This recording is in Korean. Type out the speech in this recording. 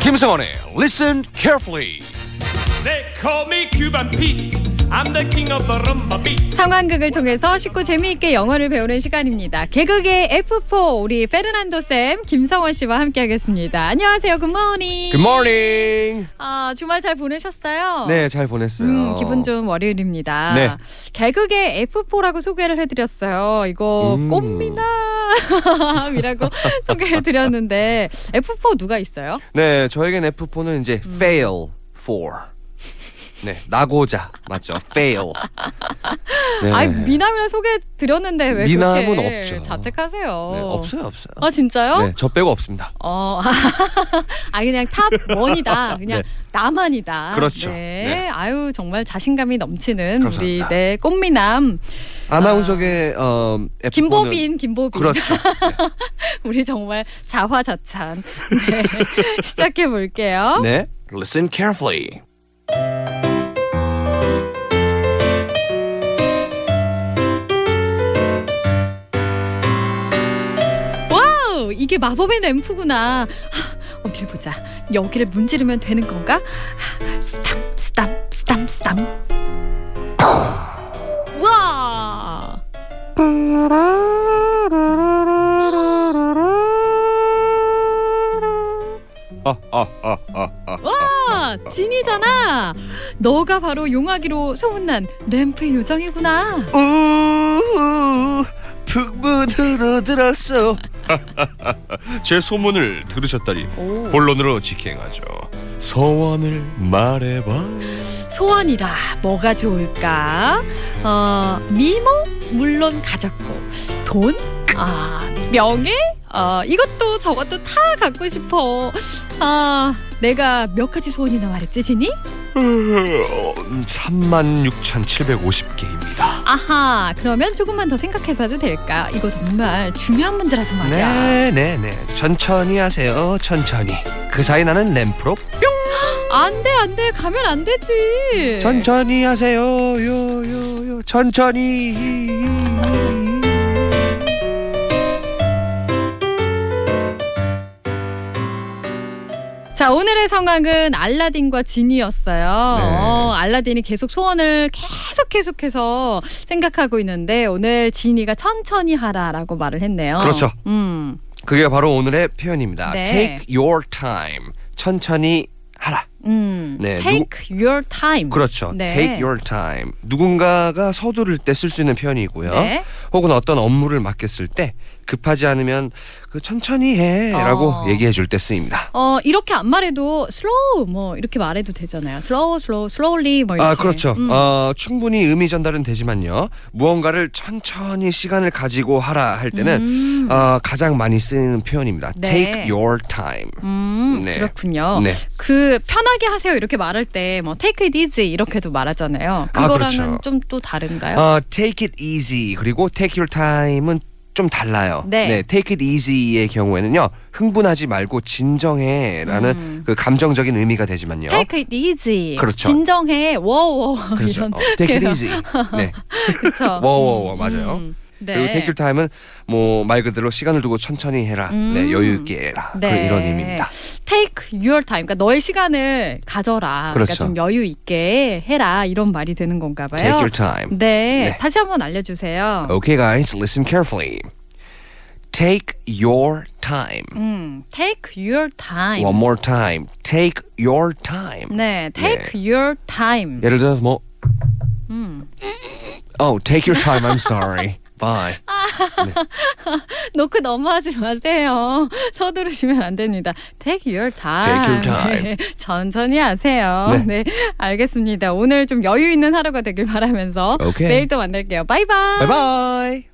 김성원의 Listen Carefully. They call me Cuban Pete. I'm the king of the rumba beat. 상황극을 통해서 쉽고 재미있게 영어를 배우는 시간입니다. 개그계 F4 우리 페르난도 쌤 김성원 씨와 함께하겠습니다. 안녕하세요. 굿모닝. Good morning. 아 주말 잘 보내셨어요? 네, 잘 보냈어요. 음, 기분 좋은 월요일입니다. 네. 개그계 F4라고 소개를 해드렸어요. 이거 음. 꽃미남이라고 소개해드렸는데 F4 누가 있어요? 네, 저에겐 F4는 이제 음. fail for. 네, 나고자 맞죠? fail. 네. 아이 미남이라 소개해드렸는데 왜 미남은 그렇게 없죠. 자책하세요? 네, 없어요, 없어요. 아 진짜요? 네, 저 빼고 없습니다. 어, 아 그냥 탑 원이다. 그냥 네. 나만이다. 그렇죠. 네. 네. 아유 정말 자신감이 넘치는 감사합니다. 우리 네 꽃미남 아나운서계 어, F4는 김보빈 김보빈 그렇죠. 우리 정말 자화자찬 네. 시작해 볼게요. 네. Listen carefully. 와우 이게 마법의 램프구나. 하, 어딜 보자. 여기를 문지르면 되는 건가? 하, 스탐 스탐 스탐 스탐. 우와. 와 진이잖아 너가 바로 용하기로 소문난 램프의 요정이구나 우 북문으로 들었어. 제 소문을 들으셨다니 오. 본론으로 직행하죠. 소원을 말해봐. 소원이라 뭐가 좋을까 어 미모 물론 가졌고 돈아 명예 어 이것도 저것도 다 갖고 싶어 아 내가 몇 가지 소원이나 말했지 진이 36,750개입니다. 아하 그러면 조금만 더 생각해봐도 될까 이거 정말 중요한 문제라서 말이야. 네, 네네네 천천히 하세요 천천히 그 사이 나는 램프로 안돼 안돼 가면 안 되지. 천천히 하세요 요요요 천천히 자 오늘의 상황은 알라딘과 진이었어요. 네. 어, 알라딘이 계속 소원을 계속 계속해서 생각하고 있는데 오늘 진이가 천천히 하라라고 말을 했네요. 그렇죠. 음. 그게 바로 오늘의 표현입니다 네. take your time 천천히 하라 음, 네, take your time. 그렇죠 네. take your time 누군가가 서두를 때 쓸 수 있는 표현이고요 네. 혹은 어떤 업무를 맡겼을 때 급하지 않으면 그 천천히 해라고 어. 얘기해 줄 때 쓰입니다 어 이렇게 안 말해도 slow 뭐 이렇게 말해도 되잖아요. slow, slow, slowly 뭐 이렇게. 아 그렇죠. 음. 어, 충분히 의미 전달은 되지만요. 무언가를 천천히 시간을 가지고 하라 할 때는 음. 어, 가장 많이 쓰이는 표현입니다. 네. Take your time. 음, 네. 그렇군요. 네. 그 편하게 하세요 이렇게 말할 때 뭐 take it easy 이렇게도 말하잖아요. 아, 그거랑은 그렇죠. 좀 또 다른가요? 어, take it easy 그리고 take your time은 좀 달라요. 네. take it easy의 경우에는요 흥분하지 말고 진정해라는 음. 그 감정적인 의미가 되지만요. Take it easy. 그렇죠. 진정해. 워워. 그렇죠. 이런. 어, take it 표현. easy. 네. 그렇죠. 워워워 맞아요. 네. 그리고 take your time은 뭐 말 그대로 시간을 두고 천천히 해라. 네, 음. 여유 있게 해라. 네. 그런 이런 의미입니다. Take your time. 그러니까 너의 시간을 가져라. 러니까 그렇죠. 좀 여유 있게 해라. 이런 말이 되는 건가 봐요. Take your time. 네. 네. 어. 다시 한번 알려 주세요. Okay, guys, listen carefully. Take your time. 음. Take your time. One more time. Take your time. 네. Take your time. 예를 들어서 뭐 Oh, take your time. I'm sorry. Bye. 노크 너무하지 마세요. 서두르시면 안 됩니다. Take your time. Take your time. 네, 천천히 하세요. 네. 알겠습니다. 오늘 좀 여유 있는 하루가 되길 바라면서 오케이. 내일 또 만날게요. 바이바이. Bye bye.